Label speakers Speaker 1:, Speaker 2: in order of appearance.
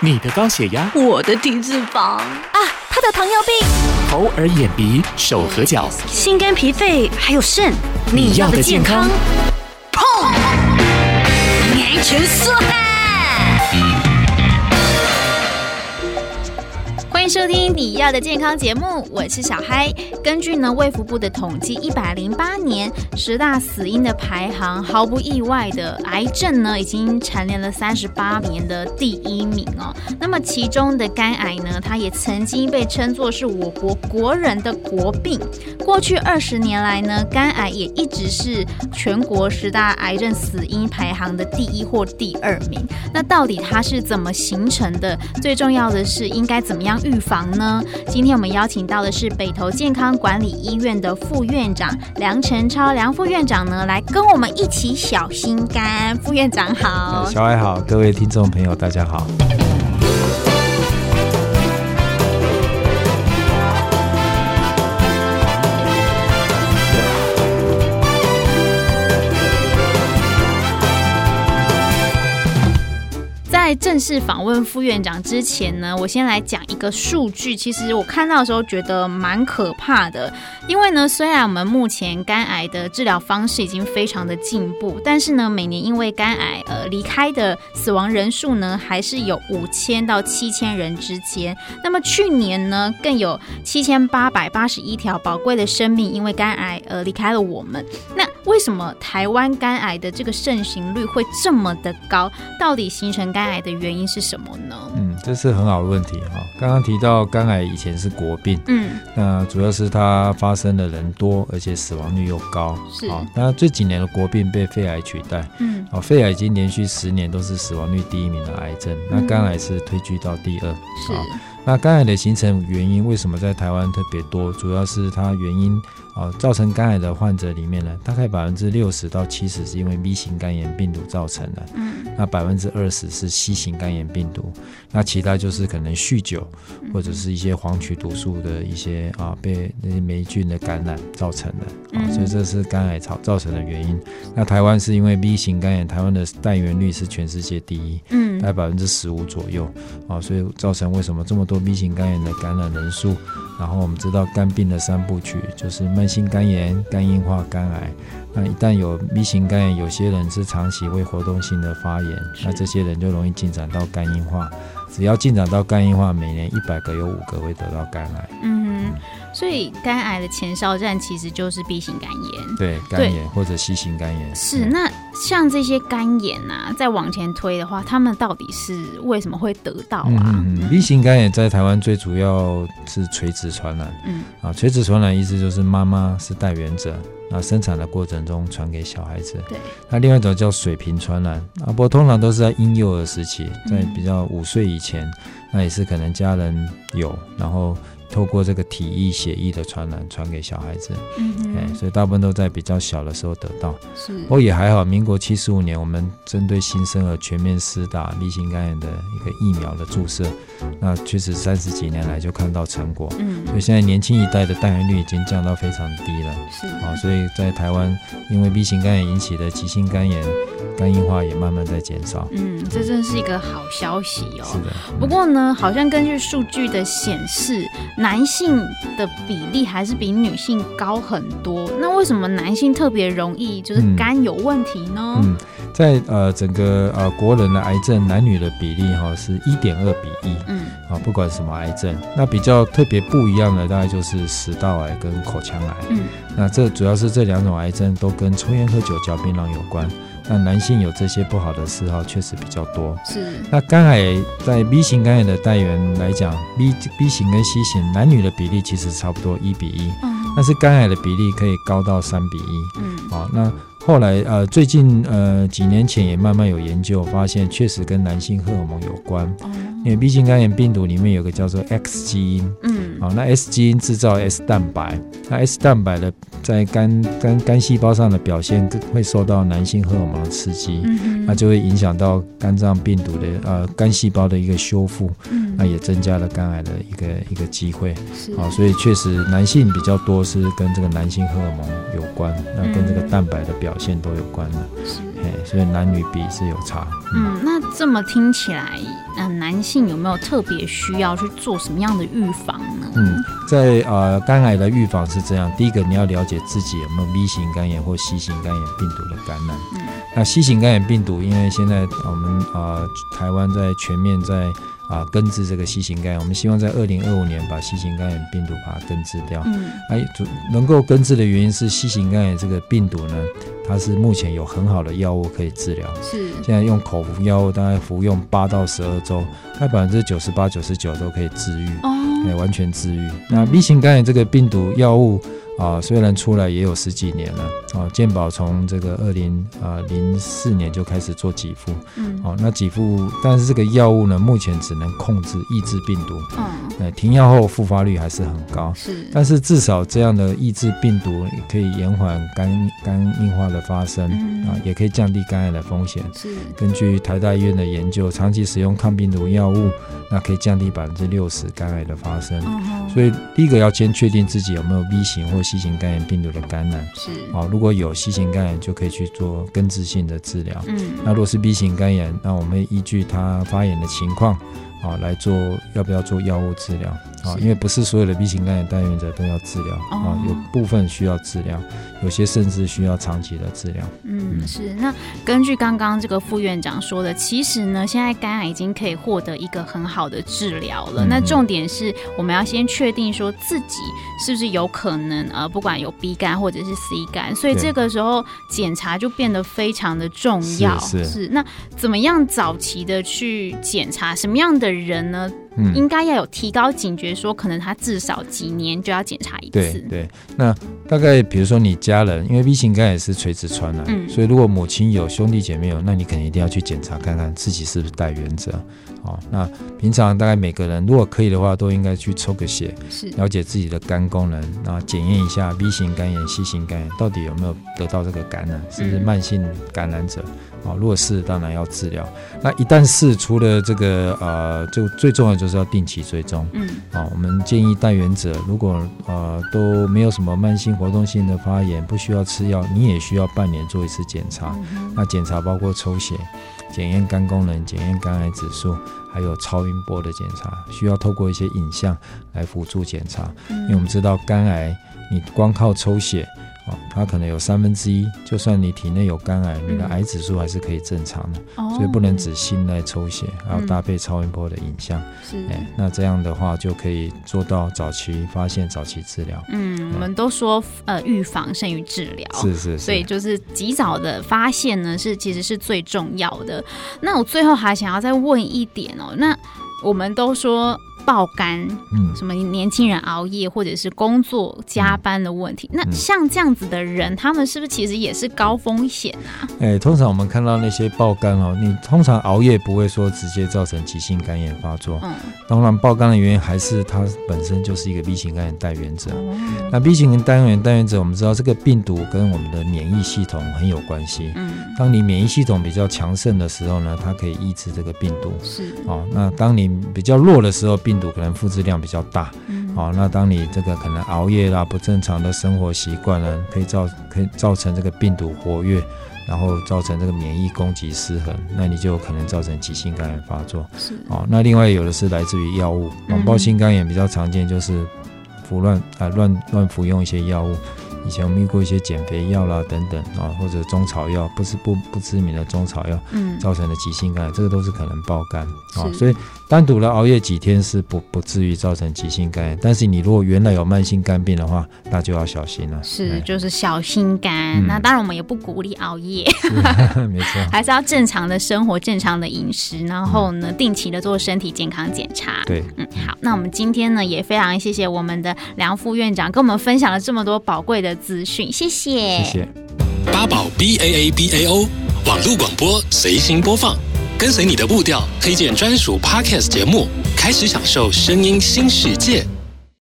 Speaker 1: 你的高血压、
Speaker 2: 我的体脂肪、
Speaker 3: 啊，他的糖尿病、
Speaker 1: 口耳眼鼻、手和脚，
Speaker 3: 心肝脾肺还有肾，
Speaker 1: 你要的健康。
Speaker 2: 碰，年全说啊！
Speaker 4: 欢迎收听《你要的健康》节目，我是小嗨。根据呢卫福部的统计，一百零八年十大死因的排行，毫不意外的，癌症呢已经蝉联了三十八年的第一名哦。那么其中的肝癌呢，它也曾经被称作是我国国人的国病。过去二十年来呢，肝癌也一直是全国十大癌症死因排行的第一或第二名。那到底它是怎么形成的？最重要的是，应该怎么样预防呢？今天我们邀请到的是北投健康管理医院的副院长梁晨超，梁副院长呢，来跟我们一起小心肝。副院长好，
Speaker 5: 呃小爱好，各位听众朋友，大家好。
Speaker 4: 在正式访问副院长之前呢，我先来讲一个数据。其实我看到的时候觉得蛮可怕的，因为呢，虽然我们目前肝癌的治疗方式已经非常的进步，但是呢，每年因为肝癌呃离开的死亡人数呢，还是有五千到七千人之间。那么去年呢，更有七千八百八十一条宝贵的生命因为肝癌而离开了我们。那为什么台湾肝癌的这个盛行率会这么的高？到底形成肝癌的原因是什么呢？
Speaker 5: 嗯，这是很好的问题哈、刚刚提到肝癌以前是国病，
Speaker 4: 嗯，
Speaker 5: 那主要是它发生的人多，而且死亡率又高。
Speaker 4: 是
Speaker 5: 好、那这几年的国病被肺癌取代。
Speaker 4: 嗯，
Speaker 5: 哦，肺癌已经连续十年都是死亡率第一名的癌症，那
Speaker 4: 嗯
Speaker 5: 肝癌是退居到第二。
Speaker 4: 是，
Speaker 5: 好那肝癌的形成原因为什么在台湾特别多？主要是它原因啊、呃造成肝癌的患者里面呢，大概百分之六十到七十是因为 B 型肝炎病毒造成的，
Speaker 4: 嗯，
Speaker 5: 那百分之二十是 C 型肝炎病毒，那其他就是可能酗酒或者是一些黄曲毒素的一些啊、被那些霉菌的感染造成的啊、
Speaker 4: 嗯
Speaker 5: 所以这是肝癌造造成的原因。那台湾是因为 B 型肝炎，台湾的带源率是全世界第一，
Speaker 4: 嗯
Speaker 5: 大概百分之十五左右啊，所以造成为什么这么多 B 型肝炎的感染人数？然后我们知道肝病的三部曲就是慢性肝炎、肝硬化、肝癌。那一旦有 B 型肝炎，有些人是长期会活动性的发炎，那这些人就容易进展到肝硬化。只要进展到肝硬化，每年一百个有五个会得到肝癌。
Speaker 4: 嗯哼，所以肝癌的前哨站其实就是 B 型肝炎。
Speaker 5: 对，肝炎或者 C 型肝炎
Speaker 4: 是，那像这些肝炎啊，再往前推的话，他们到底是为什么会得到啊？
Speaker 5: 嗯嗯嗯，B 型肝炎在台湾最主要是垂直传染。
Speaker 4: 嗯
Speaker 5: 啊，垂直传染意思就是妈妈是带源者，那生产的过程中传给小孩子。
Speaker 4: 对。
Speaker 5: 那另外一种叫水平传染，啊，不过通常都是在婴幼儿时期，在
Speaker 4: 嗯
Speaker 5: 比较五岁以前，那也是可能家人有，然后透过这个体液、血液的传染传给小孩子。
Speaker 4: 嗯
Speaker 5: 哎、
Speaker 4: 哼，
Speaker 5: 所以大部分都在比较小的时候得到。
Speaker 4: 是
Speaker 5: 不，过也还好，民国七十五年，我们针对新生儿全面施打 B 型肝炎的一个疫苗的注射，那确实三十几年来就看到成果。
Speaker 4: 嗯
Speaker 5: 所以现在年轻一代的带源率已经降到非常低了
Speaker 4: 是，
Speaker 5: 啊，所以在台湾，因为 B 型肝炎引起的急性肝炎、肝硬化也慢慢在减少。
Speaker 4: 嗯，这真是一个好消息哦。
Speaker 5: 是的，嗯
Speaker 4: 不过呢，好像根据数据的显示，男性的比例还是比女性高很多。那为什么男性特别容易就是
Speaker 5: 嗯
Speaker 4: 肝有问题呢？
Speaker 5: 嗯，在呃整个呃国人的癌症男女的比例哈、是一点二比一
Speaker 4: 嗯
Speaker 5: 啊，不管什么癌症，那比较特别不一样的大概就是食道癌跟口腔癌。
Speaker 4: 嗯，
Speaker 5: 那这主要是这两种癌症都跟抽烟、喝酒、嚼槟榔有关。那男性有这些不好的嗜好确实比较多。
Speaker 4: 嗯是，
Speaker 5: 那肝癌在 B 型肝炎的带源来讲，B B 型跟 C 型男女的比例其实差不多一比一，
Speaker 4: 嗯
Speaker 5: 但是肝癌的比例可以高到三比一。
Speaker 4: 嗯
Speaker 5: 啊，那后来呃，最近呃几年前也慢慢有研究发现，确实跟男性荷尔蒙有关，
Speaker 4: 哦
Speaker 5: 因为 B 型肝炎病毒里面有个叫做 X 基因，
Speaker 4: 嗯
Speaker 5: 好，那 S 基因制造 S 蛋白，那 S 蛋白的在肝肝肝细胞上的表现更会受到男性荷尔蒙的刺激，
Speaker 4: 嗯哼
Speaker 5: 那就会影响到肝脏病毒的呃肝细胞的一个修复，
Speaker 4: 嗯
Speaker 5: 那也增加了肝癌的一个一个机会
Speaker 4: 是
Speaker 5: 啊。所以确实男性比较多是跟这个男性荷尔蒙有关，那跟这个蛋白的表现都有关的，
Speaker 4: 是
Speaker 5: 嘿，所以男女比是有差。嗯
Speaker 4: 嗯，那这么听起来，嗯、男性有没有特别需要去做什么样的预防呢？
Speaker 5: 嗯，在呃肝癌的预防是这样，第一个你要了解自己有没有 B 型肝炎或 C 型肝炎病毒的感染。
Speaker 4: 嗯
Speaker 5: 那 C 型肝炎病毒，因为现在我们呃台湾在全面在啊、呃根治这个 C 型肝炎，我们希望在二零二五年把 C 型肝炎病毒把它根治掉。
Speaker 4: 嗯
Speaker 5: 哎，主能够根治的原因是 C 型肝炎这个病毒呢，它是目前有很好的药物可以治疗。
Speaker 4: 是
Speaker 5: 现在用口服药物大概服用八到十二周，那百分之九十八、九十九都可以治愈。
Speaker 4: 哦，
Speaker 5: 哎，完全治愈。那 B 型肝炎这个病毒药物啊、虽然出来也有十几年了啊，健保从这个二零啊零四年就开始做给付，
Speaker 4: 嗯
Speaker 5: 哦、那给付，但是这个药物呢，目前只能控制抑制病毒，
Speaker 4: 嗯
Speaker 5: 哎，停药后复发率还是很高。
Speaker 4: 是
Speaker 5: 但是至少这样的抑制病毒可以延缓肝肝硬化的发生
Speaker 4: 嗯
Speaker 5: 啊，也可以降低肝癌的风险。
Speaker 4: 是
Speaker 5: 根据台大医院的研究，长期使用抗病毒药物，那可以降低百分之六十肝癌的发生。
Speaker 4: 嗯哼
Speaker 5: 所以第一个要先确定自己有没有 B 型或 C 型肝炎病毒的感染。
Speaker 4: 是
Speaker 5: 好，如果有 C 型肝炎，就可以去做根治性的治疗。
Speaker 4: 嗯
Speaker 5: 那如果是 B 型肝炎，那我们会依据它发炎的情况，啊，来做要不要做药物治疗啊？
Speaker 4: 是
Speaker 5: 因为不是所有的 B 型肝炎带原者都要治疗啊
Speaker 4: 哦，
Speaker 5: 有部分需要治疗，有些甚至需要长期的治疗。
Speaker 4: 嗯是。那根据刚刚这个副院长说的，其实呢，现在肝癌已经可以获得一个很好的治疗了。
Speaker 5: 嗯
Speaker 4: 那重点是我们要先确定说自己是不是有可能呃，不管有 B 肝或者是 C 肝，所以
Speaker 5: 对
Speaker 4: 这个时候检查就变得非常的重要。
Speaker 5: 是是
Speaker 4: 那怎么样早期的去检查？什么样的人呢？
Speaker 5: 嗯
Speaker 4: 应该要有提高警觉，说可能他至少几年就要检查一
Speaker 5: 对
Speaker 4: 次。
Speaker 5: 对，那大概比如说你家人，因为 B 型肝炎是垂直传染，
Speaker 4: 嗯
Speaker 5: 所以如果母亲有、兄弟姐妹有，那你肯定一定要去检查看看自己是不是带原者。哦，那平常大概每个人如果可以的话，都应该去抽个血，
Speaker 4: 是
Speaker 5: 了解自己的肝功能，然后检验一下 B 型肝炎、C 型肝炎到底有没有得到这个感染，是不是
Speaker 4: 嗯
Speaker 5: 慢性感染者？哦，如果是，当然要治疗。那一旦是，除了这个呃，就最重要就是要定期追踪。
Speaker 4: 嗯
Speaker 5: 啊，我们建议带原者如果呃都没有什么慢性活动性的发炎，不需要吃药，你也需要半年做一次检查。那检查包括抽血、检验肝功能、检验肝癌指数，还有超音波的检查，需要透过一些影像来辅助检查。因为我们知道肝癌，你光靠抽血。哦，它可能有三分之一，就算你体内有肝癌，你的
Speaker 4: 嗯
Speaker 5: 癌指数还是可以正常的，
Speaker 4: 哦
Speaker 5: 所以不能只信赖抽血，还要
Speaker 4: 嗯
Speaker 5: 搭配超音波的影像。
Speaker 4: 是
Speaker 5: 哎，那这样的话就可以做到早期发现、早期治疗。
Speaker 4: 嗯，我们都说呃，预防胜于治疗。
Speaker 5: 是是
Speaker 4: 哦所以
Speaker 5: 是，
Speaker 4: 就是及早的发现呢，是其实是最重要的。那我最后还想要再问一点哦，那我们都说爆肝，
Speaker 5: 嗯，
Speaker 4: 什么年轻人熬夜或者是工作加班的问题，
Speaker 5: 嗯
Speaker 4: 那像这样子的人，他们是不是其实也是高风险啊？
Speaker 5: 哎，通常我们看到那些爆肝哦，你通常熬夜不会说直接造成急性肝炎发作，
Speaker 4: 嗯，
Speaker 5: 当然爆肝的原因还是它本身就是一个 B 型肝炎带源者。
Speaker 4: 哦，
Speaker 5: 那 B 型肝炎带源者，我们知道这个病毒跟我们的免疫系统很有关系。
Speaker 4: 嗯，
Speaker 5: 当你免疫系统比较强盛的时候呢，它可以抑制这个病毒。
Speaker 4: 是，
Speaker 5: 哦，那当你比较弱的时候，病毒可能复制量比较大。
Speaker 4: 嗯，
Speaker 5: 哦，那当你这个可能熬夜啦、不正常的生活习惯呢，可以造可以造成这个病毒活跃，然后造成这个免疫供给失衡，那你就有可能造成急性肝炎发作。
Speaker 4: 是，
Speaker 5: 哦，那另外有的是来自于药物，
Speaker 4: 嗯
Speaker 5: 网暴性肝炎比较常见就是服乱啊乱乱服用一些药物。以前我们遇过一些减肥药啦等等啊，或者中草药，不是不不知名的中草药，
Speaker 4: 嗯，
Speaker 5: 造成的急性肝炎，这个都是可能爆肝啊、
Speaker 4: 是
Speaker 5: 所以单独的熬夜几天是不不至于造成急性肝炎，但是你如果原来有慢性肝病的话，那就要小心了。
Speaker 4: 是，
Speaker 5: 哎
Speaker 4: 就是小心肝。
Speaker 5: 嗯
Speaker 4: 那当然，我们也不鼓励熬夜，
Speaker 5: 是 没错。
Speaker 4: 还是要正常的生活、正常的饮食，然后呢，定期的做身体健康检查。
Speaker 5: 对，
Speaker 4: 嗯，好，那我们今天呢，也非常谢谢我们的梁副院长跟我们分享了这么多宝贵的资讯，谢谢，
Speaker 5: 谢谢。
Speaker 6: 八宝 B A A B A O 网络广播随心播放，跟随你的步调，推荐专属 Podcast 节目，开始享受声音新世界。